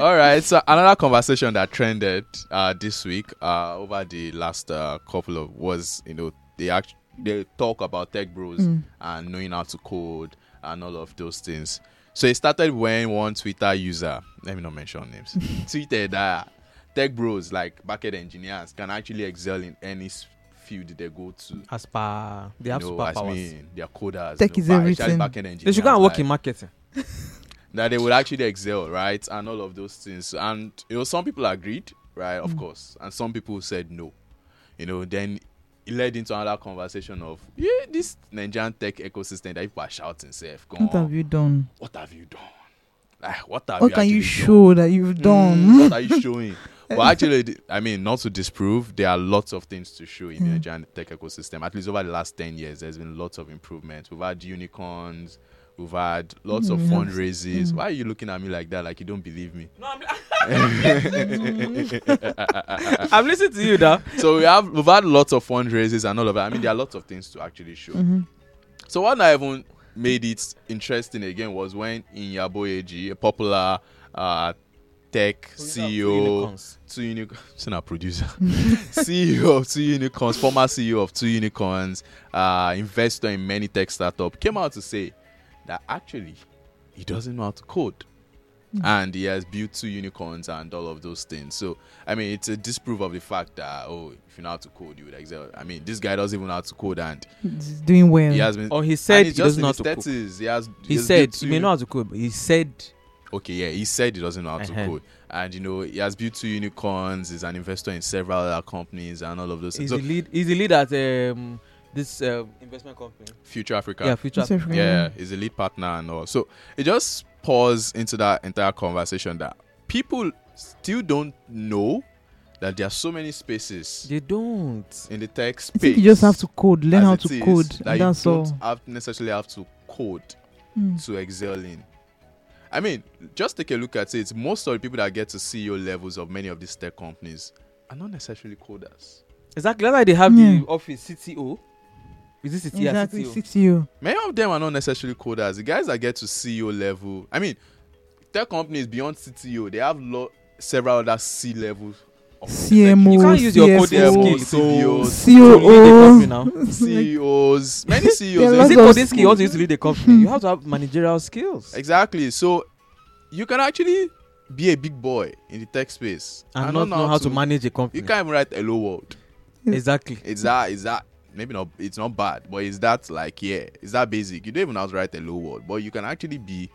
Speaker 3: All right. So another conversation that trended uh, this week uh, over the last uh, couple of was you know they act- they talk about tech bros
Speaker 2: Mm.
Speaker 3: and knowing how to code and all of those things. So it started when one Twitter user, let me not mention names, tweeted that tech bros like backend engineers can actually excel in any s- field they go to.
Speaker 1: As per they have
Speaker 3: you know, as
Speaker 1: superpowers.
Speaker 3: mean, they are coders.
Speaker 2: Tech
Speaker 3: you
Speaker 2: is
Speaker 3: know, ba- especially
Speaker 2: everything.
Speaker 3: backend engineers,
Speaker 1: They should go and work
Speaker 3: like-
Speaker 1: in marketing.
Speaker 3: that they would actually excel, right? And all of those things. And
Speaker 2: Mm.
Speaker 3: you know, some people agreed, right? Of course. And some people said no. You know, then it led into another conversation of yeah, this Nigerian tech ecosystem that people are shouting, self,
Speaker 2: What have you done?
Speaker 3: what have you done? Like, what have
Speaker 2: What can you
Speaker 3: actually done?
Speaker 2: show that you've
Speaker 3: Mm,
Speaker 2: done? Eh.
Speaker 3: what are you showing? but actually, th- I mean, not to disprove, there are lots of things to show in the
Speaker 2: Mm.
Speaker 3: Nigerian tech ecosystem. At least over the last 10 years, there's been lots of improvements. We've had unicorns, we've had lots of
Speaker 2: Mm, we have-
Speaker 3: fundraisers.
Speaker 2: mm.
Speaker 3: Why are you looking at me like that? Like you don't believe me.
Speaker 1: No, I'm,
Speaker 3: Ah.
Speaker 1: I'm listening to you now.
Speaker 3: So we have we've had lots of fundraisers and all of that. I mean, there are lots of things to actually show.
Speaker 2: Mhm.
Speaker 3: So what I even made it interesting again was when Inyabo Eji, a popular uh, tech E CEO,
Speaker 1: Unicorns.
Speaker 3: two unicorns, a producer, CEO of two unicorns, former CEO of two unicorns, uh, investor in many tech startup, came out to say that actually he doesn't know how to code.
Speaker 1: Hmm.
Speaker 3: And he has built two unicorns and all of those things. So, I mean, it's a disproof of the fact that, oh, if you know how to code, you would excel. I mean, this guy doesn't even know how to code and
Speaker 2: It's doing well.
Speaker 3: he has been.
Speaker 1: Or he said
Speaker 3: and
Speaker 1: he
Speaker 3: it's just
Speaker 1: doesn't know how to
Speaker 3: in his
Speaker 1: cook.
Speaker 3: 30s. He, has,
Speaker 1: He
Speaker 3: has
Speaker 1: said
Speaker 3: built
Speaker 1: he
Speaker 3: two
Speaker 1: may know how to cook, but he said
Speaker 3: okay, yeah, he said he doesn't know how to
Speaker 1: Uh-huh.
Speaker 3: code, and you know he has built two unicorns. He's an investor in several other companies and all of those.
Speaker 1: he's
Speaker 3: things.
Speaker 1: the
Speaker 3: So,
Speaker 1: lead. He's the lead at um, this uh, investment company.
Speaker 3: Future Africa,
Speaker 1: Yeah, future.
Speaker 2: It's everywhere.
Speaker 3: yeah, he's a lead partner and all. So it just pours into that entire conversation that people still don't know that there are so many spaces
Speaker 1: They don't.
Speaker 3: in the tech
Speaker 2: I
Speaker 3: space.
Speaker 2: think you just have to code, learn
Speaker 3: as
Speaker 2: how
Speaker 3: it
Speaker 2: to
Speaker 3: is,
Speaker 2: code.
Speaker 3: That
Speaker 2: and
Speaker 3: you
Speaker 2: that's
Speaker 3: don't
Speaker 2: all.
Speaker 3: Have necessarily have to code
Speaker 2: Mm.
Speaker 3: to excel in. I mean, just take a look at it. Most of the people that get to CEO levels of many of these tech companies are not necessarily coders.
Speaker 1: Exactly. That's why they have
Speaker 2: Yeah.
Speaker 1: the office CTO. Is this it?
Speaker 2: Exactly,
Speaker 1: Yeah, CTO.
Speaker 2: CTO.
Speaker 3: Many of them are not necessarily coders. The guys that get to CEO level, I mean, tech companies beyond CTO, they have lo- several other C levels. of
Speaker 2: CMO.
Speaker 1: You
Speaker 3: executives.
Speaker 1: can't use your
Speaker 2: CFO,
Speaker 1: coding
Speaker 3: CTO,
Speaker 1: skill to, to lead a
Speaker 2: COO.
Speaker 1: company now.
Speaker 3: CEOs, E many
Speaker 2: There
Speaker 3: E
Speaker 2: are
Speaker 3: CEOs.
Speaker 1: Is
Speaker 2: lots
Speaker 1: it
Speaker 2: of
Speaker 1: coding skill you
Speaker 2: skills.
Speaker 1: also used to lead a company? You have to have managerial skills.
Speaker 3: Exactly. So you can actually be a big boy in the tech space
Speaker 1: and not know how to, manage a company.
Speaker 3: You can't even write "Hello World."
Speaker 1: Exactly.
Speaker 3: It's that. It's that. Maybe not. It's not bad, but it's that like yeah, it's that basic. You don't even know how to write "Hello World," but you can actually be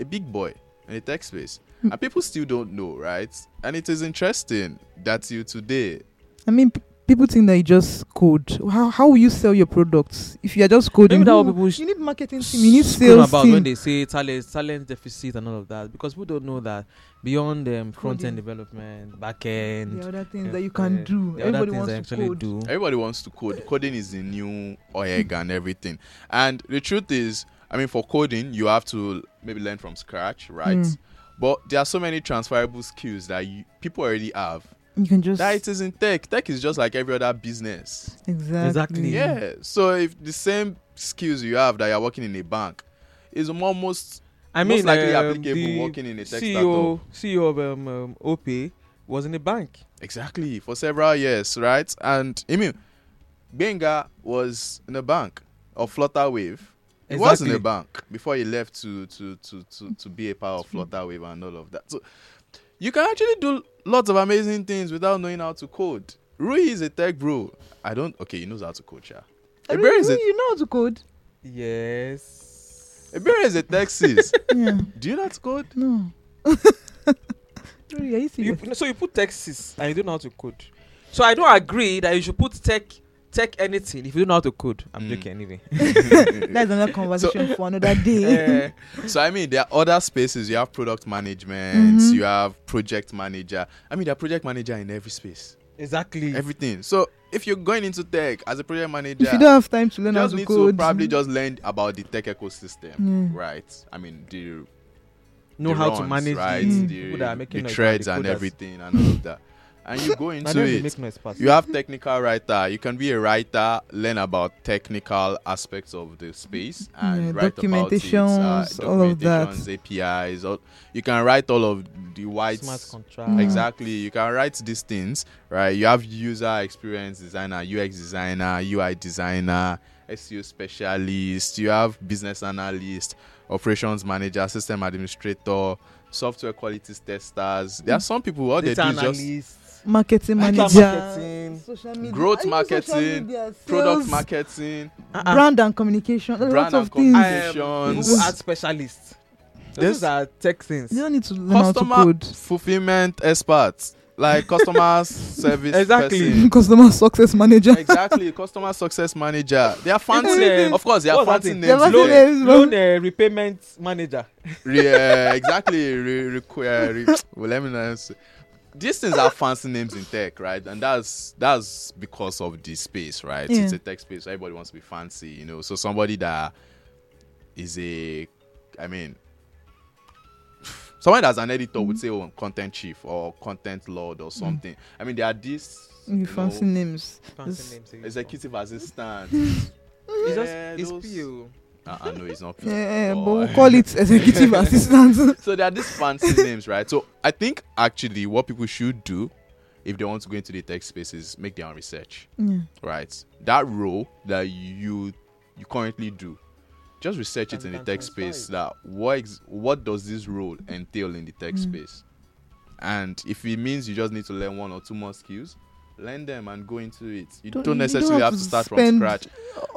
Speaker 3: a big boy in the tech space, and people still don't know, right? And it is interesting that you today.
Speaker 2: I mean, p- people think that you just code. How, how will you sell your products if you are just coding?
Speaker 1: Maybe that's what
Speaker 2: who-
Speaker 1: people sh-
Speaker 2: you need marketing team. You need
Speaker 1: scream
Speaker 2: sales
Speaker 1: about
Speaker 2: team.
Speaker 1: when they say talent, talent deficit and all of that because we don't know that beyond um, front end
Speaker 2: Coding.
Speaker 1: development, back end,
Speaker 2: there are other things
Speaker 1: uh,
Speaker 2: that you can
Speaker 1: uh,
Speaker 2: do.
Speaker 1: the other
Speaker 2: Everybody
Speaker 1: things I
Speaker 2: wants to
Speaker 1: actually
Speaker 2: code.
Speaker 1: do.
Speaker 3: Everybody wants to code. Coding is the new org and everything. And the truth is, I mean, for coding, you have to maybe learn from scratch, right?
Speaker 2: Mm.
Speaker 3: But there are so many transferable skills that you, people already have
Speaker 2: You can just
Speaker 3: that it is in tech. Tech is just like every other business.
Speaker 2: exactly.
Speaker 1: Exactly.
Speaker 3: Yeah. So if the same skills you have that you're working in a bank is almost
Speaker 1: I mean,
Speaker 3: most likely
Speaker 1: um,
Speaker 3: applicable
Speaker 1: the E
Speaker 3: working in a tech startup.
Speaker 1: CEO, CEO of um, um, OP was in a bank.
Speaker 3: Exactly. For several years, right? And I mean Benga was in a bank or Flutterwave. He was in a
Speaker 1: Exactly.
Speaker 3: bank before he left to to to to, to be a part of Flutterwave and all of that. So you can actually do lots of amazing things without knowing how to code. Rui is a tech bro. I don't okay, he knows how to code, yeah.
Speaker 2: I mean,
Speaker 3: Where is
Speaker 2: you,
Speaker 3: it?
Speaker 2: you know how to code.
Speaker 1: Yes.
Speaker 3: Iberi is a Texas.
Speaker 2: yeah.
Speaker 3: Do you know how to code?
Speaker 2: No. Really, are you
Speaker 1: You,
Speaker 2: serious?
Speaker 1: so you put Texas and you don't know how to code. So I don't agree that you should put tech tech anything if you don't know how to code. I'm
Speaker 3: Mm.
Speaker 1: joking anyway.
Speaker 2: That's another conversation for another day.
Speaker 1: Eh,
Speaker 3: so I mean, there are other spaces. You have product management.
Speaker 2: Mhm.
Speaker 3: You have project manager. I mean, there are project manager in every space,
Speaker 1: exactly.
Speaker 3: everything. So if you're going into tech as a project manager,
Speaker 2: If you don't have time to learn how
Speaker 3: just
Speaker 2: to
Speaker 3: need
Speaker 2: code,
Speaker 3: to probably just learn about the tech ecosystem,
Speaker 2: Mm.
Speaker 3: right? I mean, the
Speaker 1: know
Speaker 3: the
Speaker 1: how to
Speaker 3: runs,
Speaker 1: manage
Speaker 3: right?
Speaker 1: the
Speaker 2: Mm.
Speaker 3: the,
Speaker 1: people that are making
Speaker 3: the
Speaker 1: noise,
Speaker 3: threads
Speaker 1: the
Speaker 3: and
Speaker 1: coders.
Speaker 3: everything and all of that. And you go
Speaker 1: Now
Speaker 3: into
Speaker 1: they
Speaker 3: it.
Speaker 1: make noise fast.
Speaker 3: You have technical writer. You can be a writer, learn about technical aspects of the space and
Speaker 2: Yeah,
Speaker 3: write about it. uh,
Speaker 2: documentations, all of that.
Speaker 3: documentations, APIs. All, you can write all of the white.
Speaker 1: smart contract.
Speaker 2: Mm.
Speaker 3: Exactly. You can write these things, right? You have user experience designer, UX designer, UI designer, SEO specialist. You have business analyst, operations manager, system administrator, software quality testers. There are some people all they do
Speaker 1: Data
Speaker 3: is just
Speaker 1: analyst,
Speaker 2: marketing
Speaker 1: data
Speaker 2: manager,
Speaker 1: marketing.
Speaker 2: social media,
Speaker 3: Growth
Speaker 2: are you
Speaker 3: marketing,
Speaker 2: social media,
Speaker 3: product
Speaker 2: sales,
Speaker 3: marketing,
Speaker 1: Uh-uh.
Speaker 2: brand and communication, a lot
Speaker 3: brand
Speaker 2: of
Speaker 3: and
Speaker 2: things.
Speaker 1: I-
Speaker 3: communications,
Speaker 1: Who are specialists?
Speaker 3: This-
Speaker 1: Those are tech things.
Speaker 2: You don't need to learn how to
Speaker 3: customer
Speaker 2: code.
Speaker 3: fulfillment experts. like customer service
Speaker 1: Exactly.
Speaker 3: person.
Speaker 2: Customer success manager.
Speaker 3: exactly customer success manager they are fancy
Speaker 1: Everything.
Speaker 3: of course they are
Speaker 1: What's that
Speaker 3: fancy
Speaker 1: thing?
Speaker 3: names
Speaker 2: They are fancy
Speaker 3: there.
Speaker 2: names.
Speaker 1: Loan uh, repayment manager.
Speaker 3: yeah, eh, exactly. Re- require- re- well, let me know. These things are fancy names in tech, right? And that's that's because of the space, right?
Speaker 2: Yeah.
Speaker 3: It's a tech space. Everybody wants to be fancy, you know. So somebody that is a, I mean, someone that's an editor
Speaker 2: Mm-hmm.
Speaker 3: would say, "Oh, content chief" or "content lord" or something. I mean, there are these
Speaker 2: Mm. You
Speaker 3: you
Speaker 2: fancy
Speaker 3: know,
Speaker 2: names. This-
Speaker 1: Fancy names. they use for-
Speaker 3: executive assistant.
Speaker 1: It's just
Speaker 3: Yeah,
Speaker 1: it's
Speaker 3: those-
Speaker 1: PO.
Speaker 3: Uh, uh, no, it's not.
Speaker 2: Yeah, but
Speaker 3: Oh,
Speaker 2: we'll call it executive assistant.
Speaker 3: so there are these fancy names, right? So I think actually what people should do if they want to go into the tech space is make their own research,
Speaker 2: Yeah.
Speaker 3: right? That role that you you currently do, just research
Speaker 1: And
Speaker 3: it in the
Speaker 1: then
Speaker 3: tech
Speaker 1: transcribe.
Speaker 3: space. That what ex- what does this role entail in the tech
Speaker 2: Mm.
Speaker 3: space? And if it means you just need to learn one or two more skills, learn them and go into it. You don't,
Speaker 2: Don't- you don't
Speaker 3: necessarily
Speaker 2: have
Speaker 3: have
Speaker 2: to
Speaker 3: to start from
Speaker 2: spend
Speaker 3: scratch.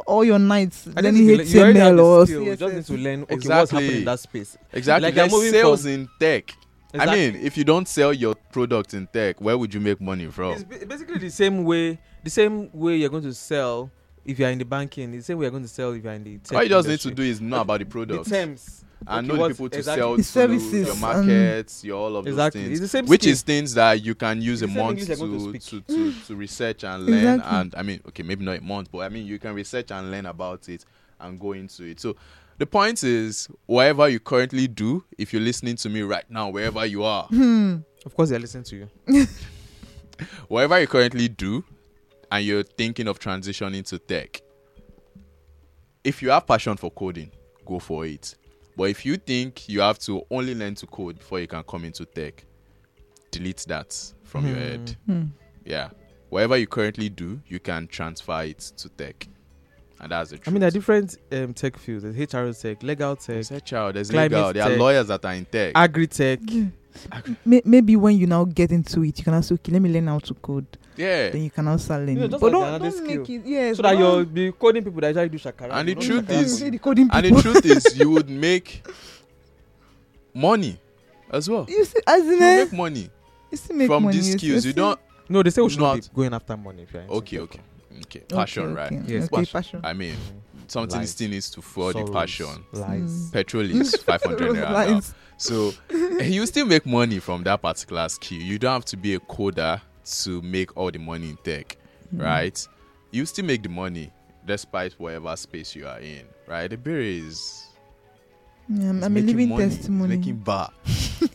Speaker 2: All your nights
Speaker 1: I don't
Speaker 2: learning
Speaker 1: think you already have
Speaker 2: HTML
Speaker 1: the
Speaker 2: or
Speaker 1: skill, you just need to
Speaker 2: CSS.
Speaker 1: learn okay, what's
Speaker 3: Exactly.
Speaker 1: happening in that space.
Speaker 3: Exactly.
Speaker 1: Like they're
Speaker 3: There's
Speaker 1: moving
Speaker 3: sales
Speaker 1: from-
Speaker 3: in tech. I mean, if you don't sell your product in tech, where would you make money from?
Speaker 1: It's ba- basically the same way, the same way you're going to sell if you're in the banking, the same way you're going to sell if you're in the tech.
Speaker 3: All you just need
Speaker 1: industry.
Speaker 3: to do is know
Speaker 1: Okay,
Speaker 3: about the
Speaker 1: the
Speaker 3: product
Speaker 1: terms.
Speaker 3: and
Speaker 1: Okay,
Speaker 3: know the
Speaker 1: what's-
Speaker 3: people to
Speaker 1: exactly.
Speaker 3: sell
Speaker 2: The
Speaker 3: to,
Speaker 2: services
Speaker 3: your
Speaker 2: and-
Speaker 3: markets, your all of
Speaker 1: Exactly.
Speaker 3: those
Speaker 1: It's
Speaker 3: things.
Speaker 1: the same
Speaker 3: Which
Speaker 1: skill.
Speaker 3: is things that you can use a
Speaker 1: It's the same
Speaker 3: month
Speaker 1: English I'm going to
Speaker 3: to,
Speaker 1: speak.
Speaker 3: to, to, to research and learn.
Speaker 2: Exactly.
Speaker 3: And I mean, okay, maybe not a month, but I mean, you can research and learn about it and go into it. So the point is, whatever you currently do, if you're listening to me right now, wherever you are,
Speaker 2: Hmm.
Speaker 1: Of course, they're listening to you.
Speaker 3: whatever you currently do and you're thinking of transitioning to tech, if you have passion for coding, go for it. But if you think you have to only learn to code before you can come into tech, delete that from your
Speaker 1: Hmm.
Speaker 3: head.
Speaker 2: Hmm.
Speaker 3: Yeah. Whatever you currently do, you can transfer it to tech. And that's the truth.
Speaker 1: I mean, there are different um, tech fields: there's HR tech, legal tech,
Speaker 3: there's a child, there's
Speaker 1: Climate
Speaker 3: legal, there are
Speaker 1: tech.
Speaker 3: lawyers that are in tech.
Speaker 1: agri tech.
Speaker 2: Yeah. May- Maybe when you now get into it, you can also okay, let me learn how to code.
Speaker 3: yeah.
Speaker 2: Then you can also learn.
Speaker 1: You know,
Speaker 2: it.
Speaker 1: just
Speaker 2: but
Speaker 1: like
Speaker 2: don't,
Speaker 1: another
Speaker 2: don't
Speaker 1: skill.
Speaker 2: make it. Yes,
Speaker 1: So that
Speaker 2: but
Speaker 1: you'll
Speaker 2: don't-
Speaker 1: be coding people that actually do shakara.
Speaker 3: And
Speaker 1: you
Speaker 3: the
Speaker 1: know,
Speaker 3: truth
Speaker 1: shakara
Speaker 3: is-
Speaker 1: code.
Speaker 2: Say the coding
Speaker 3: And
Speaker 2: people.
Speaker 3: the truth is, you would make money as well.
Speaker 2: you see, as
Speaker 3: You
Speaker 2: in, eh,
Speaker 3: make money.
Speaker 2: you still make
Speaker 3: from
Speaker 2: money,
Speaker 3: these
Speaker 2: see-
Speaker 3: skills. You
Speaker 2: see-
Speaker 3: don't.
Speaker 1: no, they say we should not,
Speaker 3: Not-
Speaker 1: be going after money. If you're into
Speaker 3: Okay,
Speaker 1: tech.
Speaker 3: okay, okay.
Speaker 2: Okay,
Speaker 3: Passion, right?
Speaker 2: Okay,
Speaker 1: Yes,
Speaker 2: okay,
Speaker 3: passion.
Speaker 2: passion.
Speaker 3: I mean,
Speaker 1: Mm.
Speaker 3: something
Speaker 1: Lies.
Speaker 3: still needs to fuel the
Speaker 1: Sorrows,
Speaker 3: passion.
Speaker 1: lies.
Speaker 3: Petrol is five hundred naira now.
Speaker 2: Lines.
Speaker 3: So eh, you still make money from that particular skill. You don't have to be a coder to make all the money in tech,
Speaker 2: Mm-hmm.
Speaker 3: right? You still make the money despite whatever space you are in, right? The berry is.
Speaker 2: Yeah, I'm, I'm
Speaker 3: is
Speaker 2: a
Speaker 3: making
Speaker 2: living
Speaker 3: money, is
Speaker 2: testimony.
Speaker 3: Making bar.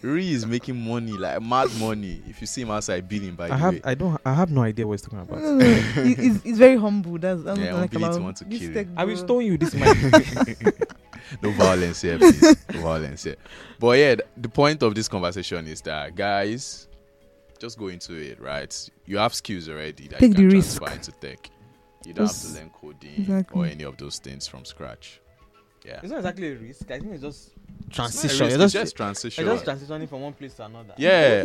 Speaker 3: Ree is making money like mad money. If you see him outside billing, by
Speaker 1: I
Speaker 3: the
Speaker 1: have,
Speaker 3: way,
Speaker 1: I don't, I have no idea what he's talking
Speaker 2: No,
Speaker 1: about.
Speaker 2: no, no. It- it's, it's very humble. That's, that's
Speaker 3: Yeah,
Speaker 2: what I like
Speaker 3: humility
Speaker 2: about
Speaker 3: want to
Speaker 2: this
Speaker 3: kill
Speaker 2: tech
Speaker 1: I will
Speaker 2: bro.
Speaker 1: stone you this mic.
Speaker 3: no violence here, please. No violence here. But yeah, th- the point of this conversation is that guys, just go into it, right? You have skills already that
Speaker 2: Take
Speaker 3: you can
Speaker 2: the
Speaker 3: transfer
Speaker 2: risk.
Speaker 3: into tech. You don't have
Speaker 2: Just-
Speaker 3: to learn coding or
Speaker 2: exactly.
Speaker 3: any of those things from scratch. Yeah.
Speaker 1: It's not exactly a risk. I think it's just
Speaker 3: It's
Speaker 1: transition.
Speaker 3: not a risk,
Speaker 1: You're just,
Speaker 3: it's just
Speaker 1: you're
Speaker 3: transition.
Speaker 1: just transitioning from one place to another.
Speaker 3: yeah.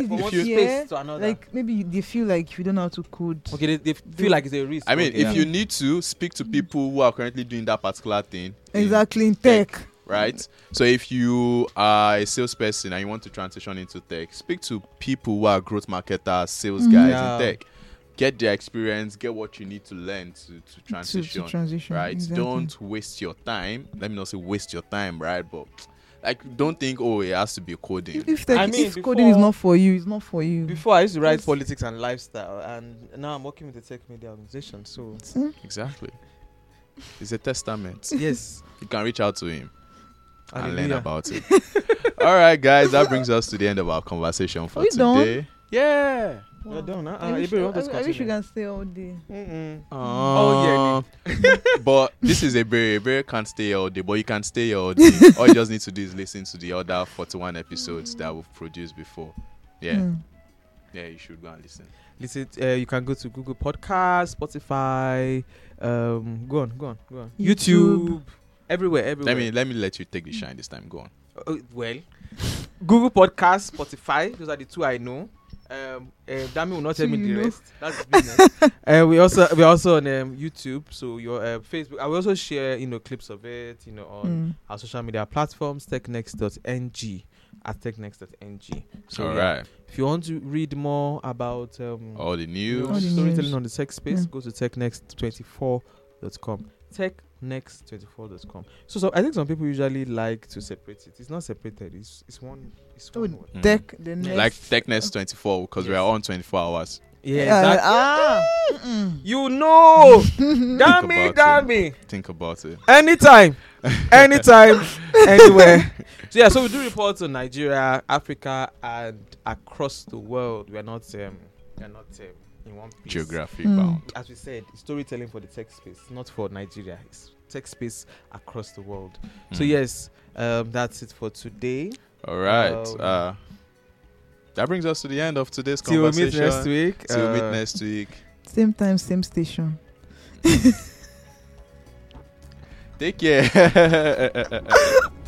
Speaker 2: What is
Speaker 1: From
Speaker 2: the
Speaker 3: If
Speaker 1: one
Speaker 3: you,
Speaker 2: fear?
Speaker 1: space to another.
Speaker 2: Like maybe they feel like you don't know how to code.
Speaker 1: okay, they, they feel like it's a risk.
Speaker 3: I mean,
Speaker 1: okay,
Speaker 3: if
Speaker 1: yeah.
Speaker 3: you need to speak to people who are currently doing that particular thing, in
Speaker 2: Exactly in tech.
Speaker 3: right? So if you are a salesperson and you want to transition into tech, speak to people who are growth marketers, sales
Speaker 2: Mhm.
Speaker 3: guys
Speaker 1: Yeah.
Speaker 3: in tech. Get their experience, get what you need to learn to, to
Speaker 2: To-
Speaker 3: transition,
Speaker 2: To, transition.
Speaker 3: right?
Speaker 2: exactly.
Speaker 3: Don't waste your time. Let me not say waste your time, right? But like, don't think, oh, it has to be coding.
Speaker 2: If, if, tech,
Speaker 1: I mean,
Speaker 2: if coding is
Speaker 1: before-
Speaker 2: not for you, it's not for you.
Speaker 1: Before I used to write
Speaker 2: Yes.
Speaker 1: politics and lifestyle, and now I'm working with a tech media organization. So
Speaker 2: See?
Speaker 3: Exactly. It's a testament.
Speaker 1: yes,
Speaker 3: You can reach out to him. and learn
Speaker 1: Hallelujah.
Speaker 3: about it. All right, guys, that brings us to the end of our conversation for
Speaker 2: we done?
Speaker 3: today. Yeah.
Speaker 1: We're
Speaker 2: Wow.
Speaker 1: done, huh?
Speaker 2: I
Speaker 1: Uh,
Speaker 2: wish-
Speaker 1: Ibe, you want
Speaker 2: I-
Speaker 1: us to
Speaker 2: I wish you
Speaker 1: continue?
Speaker 2: can stay all day.
Speaker 1: Mm-mm.
Speaker 3: Oh
Speaker 1: Oh,
Speaker 3: yeah. but this is a bear. A bear can't stay all day, but you can stay here all day. all you just need to do is listen to the other 41 episodes that we've produced before. Yeah,
Speaker 2: Mm.
Speaker 3: yeah, you should go and listen.
Speaker 1: Listen, uh, you can go to Google Podcast, Spotify. Um, go on, go on, go on.
Speaker 2: YouTube.
Speaker 1: YouTube, everywhere, everywhere.
Speaker 3: Let me let me let you take the shine this time. Go on.
Speaker 1: Uh, well, Google Podcast, Spotify. Those are the two I know. Um, uh, Dami will not tell
Speaker 2: Two
Speaker 1: me
Speaker 2: you
Speaker 1: the
Speaker 2: know.
Speaker 1: rest. That's his business. uh, we also we're also on um, YouTube. So your uh, Facebook. I will also share you know clips of it. You know on
Speaker 2: Mm.
Speaker 1: our social media platforms. Technext.ng. at technext.ng. So
Speaker 3: All
Speaker 1: yeah,
Speaker 3: right.
Speaker 1: if you want to read more about um,
Speaker 3: All the
Speaker 1: All
Speaker 3: news.
Speaker 2: the
Speaker 1: storytelling
Speaker 2: news.
Speaker 1: on the tech space,
Speaker 2: Yeah.
Speaker 1: go to technext24.com. Technext24.com. So, so I think some people usually like to separate it. It's not separated. It's it's one. It's
Speaker 2: Oh,
Speaker 1: one. word.
Speaker 3: Mm.
Speaker 2: Tech, the
Speaker 1: Yes.
Speaker 2: next.
Speaker 3: Like TechNest 24 because we
Speaker 1: Yes.
Speaker 3: are on 24 hours.
Speaker 1: Yeah.
Speaker 2: Uh,
Speaker 1: Exactly.
Speaker 2: ah, mm-mm.
Speaker 1: you know, damn
Speaker 3: about
Speaker 1: me,
Speaker 3: it.
Speaker 1: damn me.
Speaker 3: Think about it.
Speaker 1: Anytime, anytime, anywhere. So yeah, so we do report to Nigeria, Africa, and across the world. We are not um, we are not um, in one piece.
Speaker 3: Geography
Speaker 2: Mm.
Speaker 3: bound.
Speaker 1: as we said, storytelling for the tech space, not for Nigeria. It's tech space across the world. So
Speaker 3: Mm.
Speaker 1: yes, um, that's it for today.
Speaker 3: All right.
Speaker 1: Um,
Speaker 3: uh, that brings us to the end of today's
Speaker 1: Till we
Speaker 3: conversation.
Speaker 1: meet next week.
Speaker 3: Till we
Speaker 1: uh,
Speaker 3: meet next week.
Speaker 2: Same time, same station.
Speaker 3: Take care.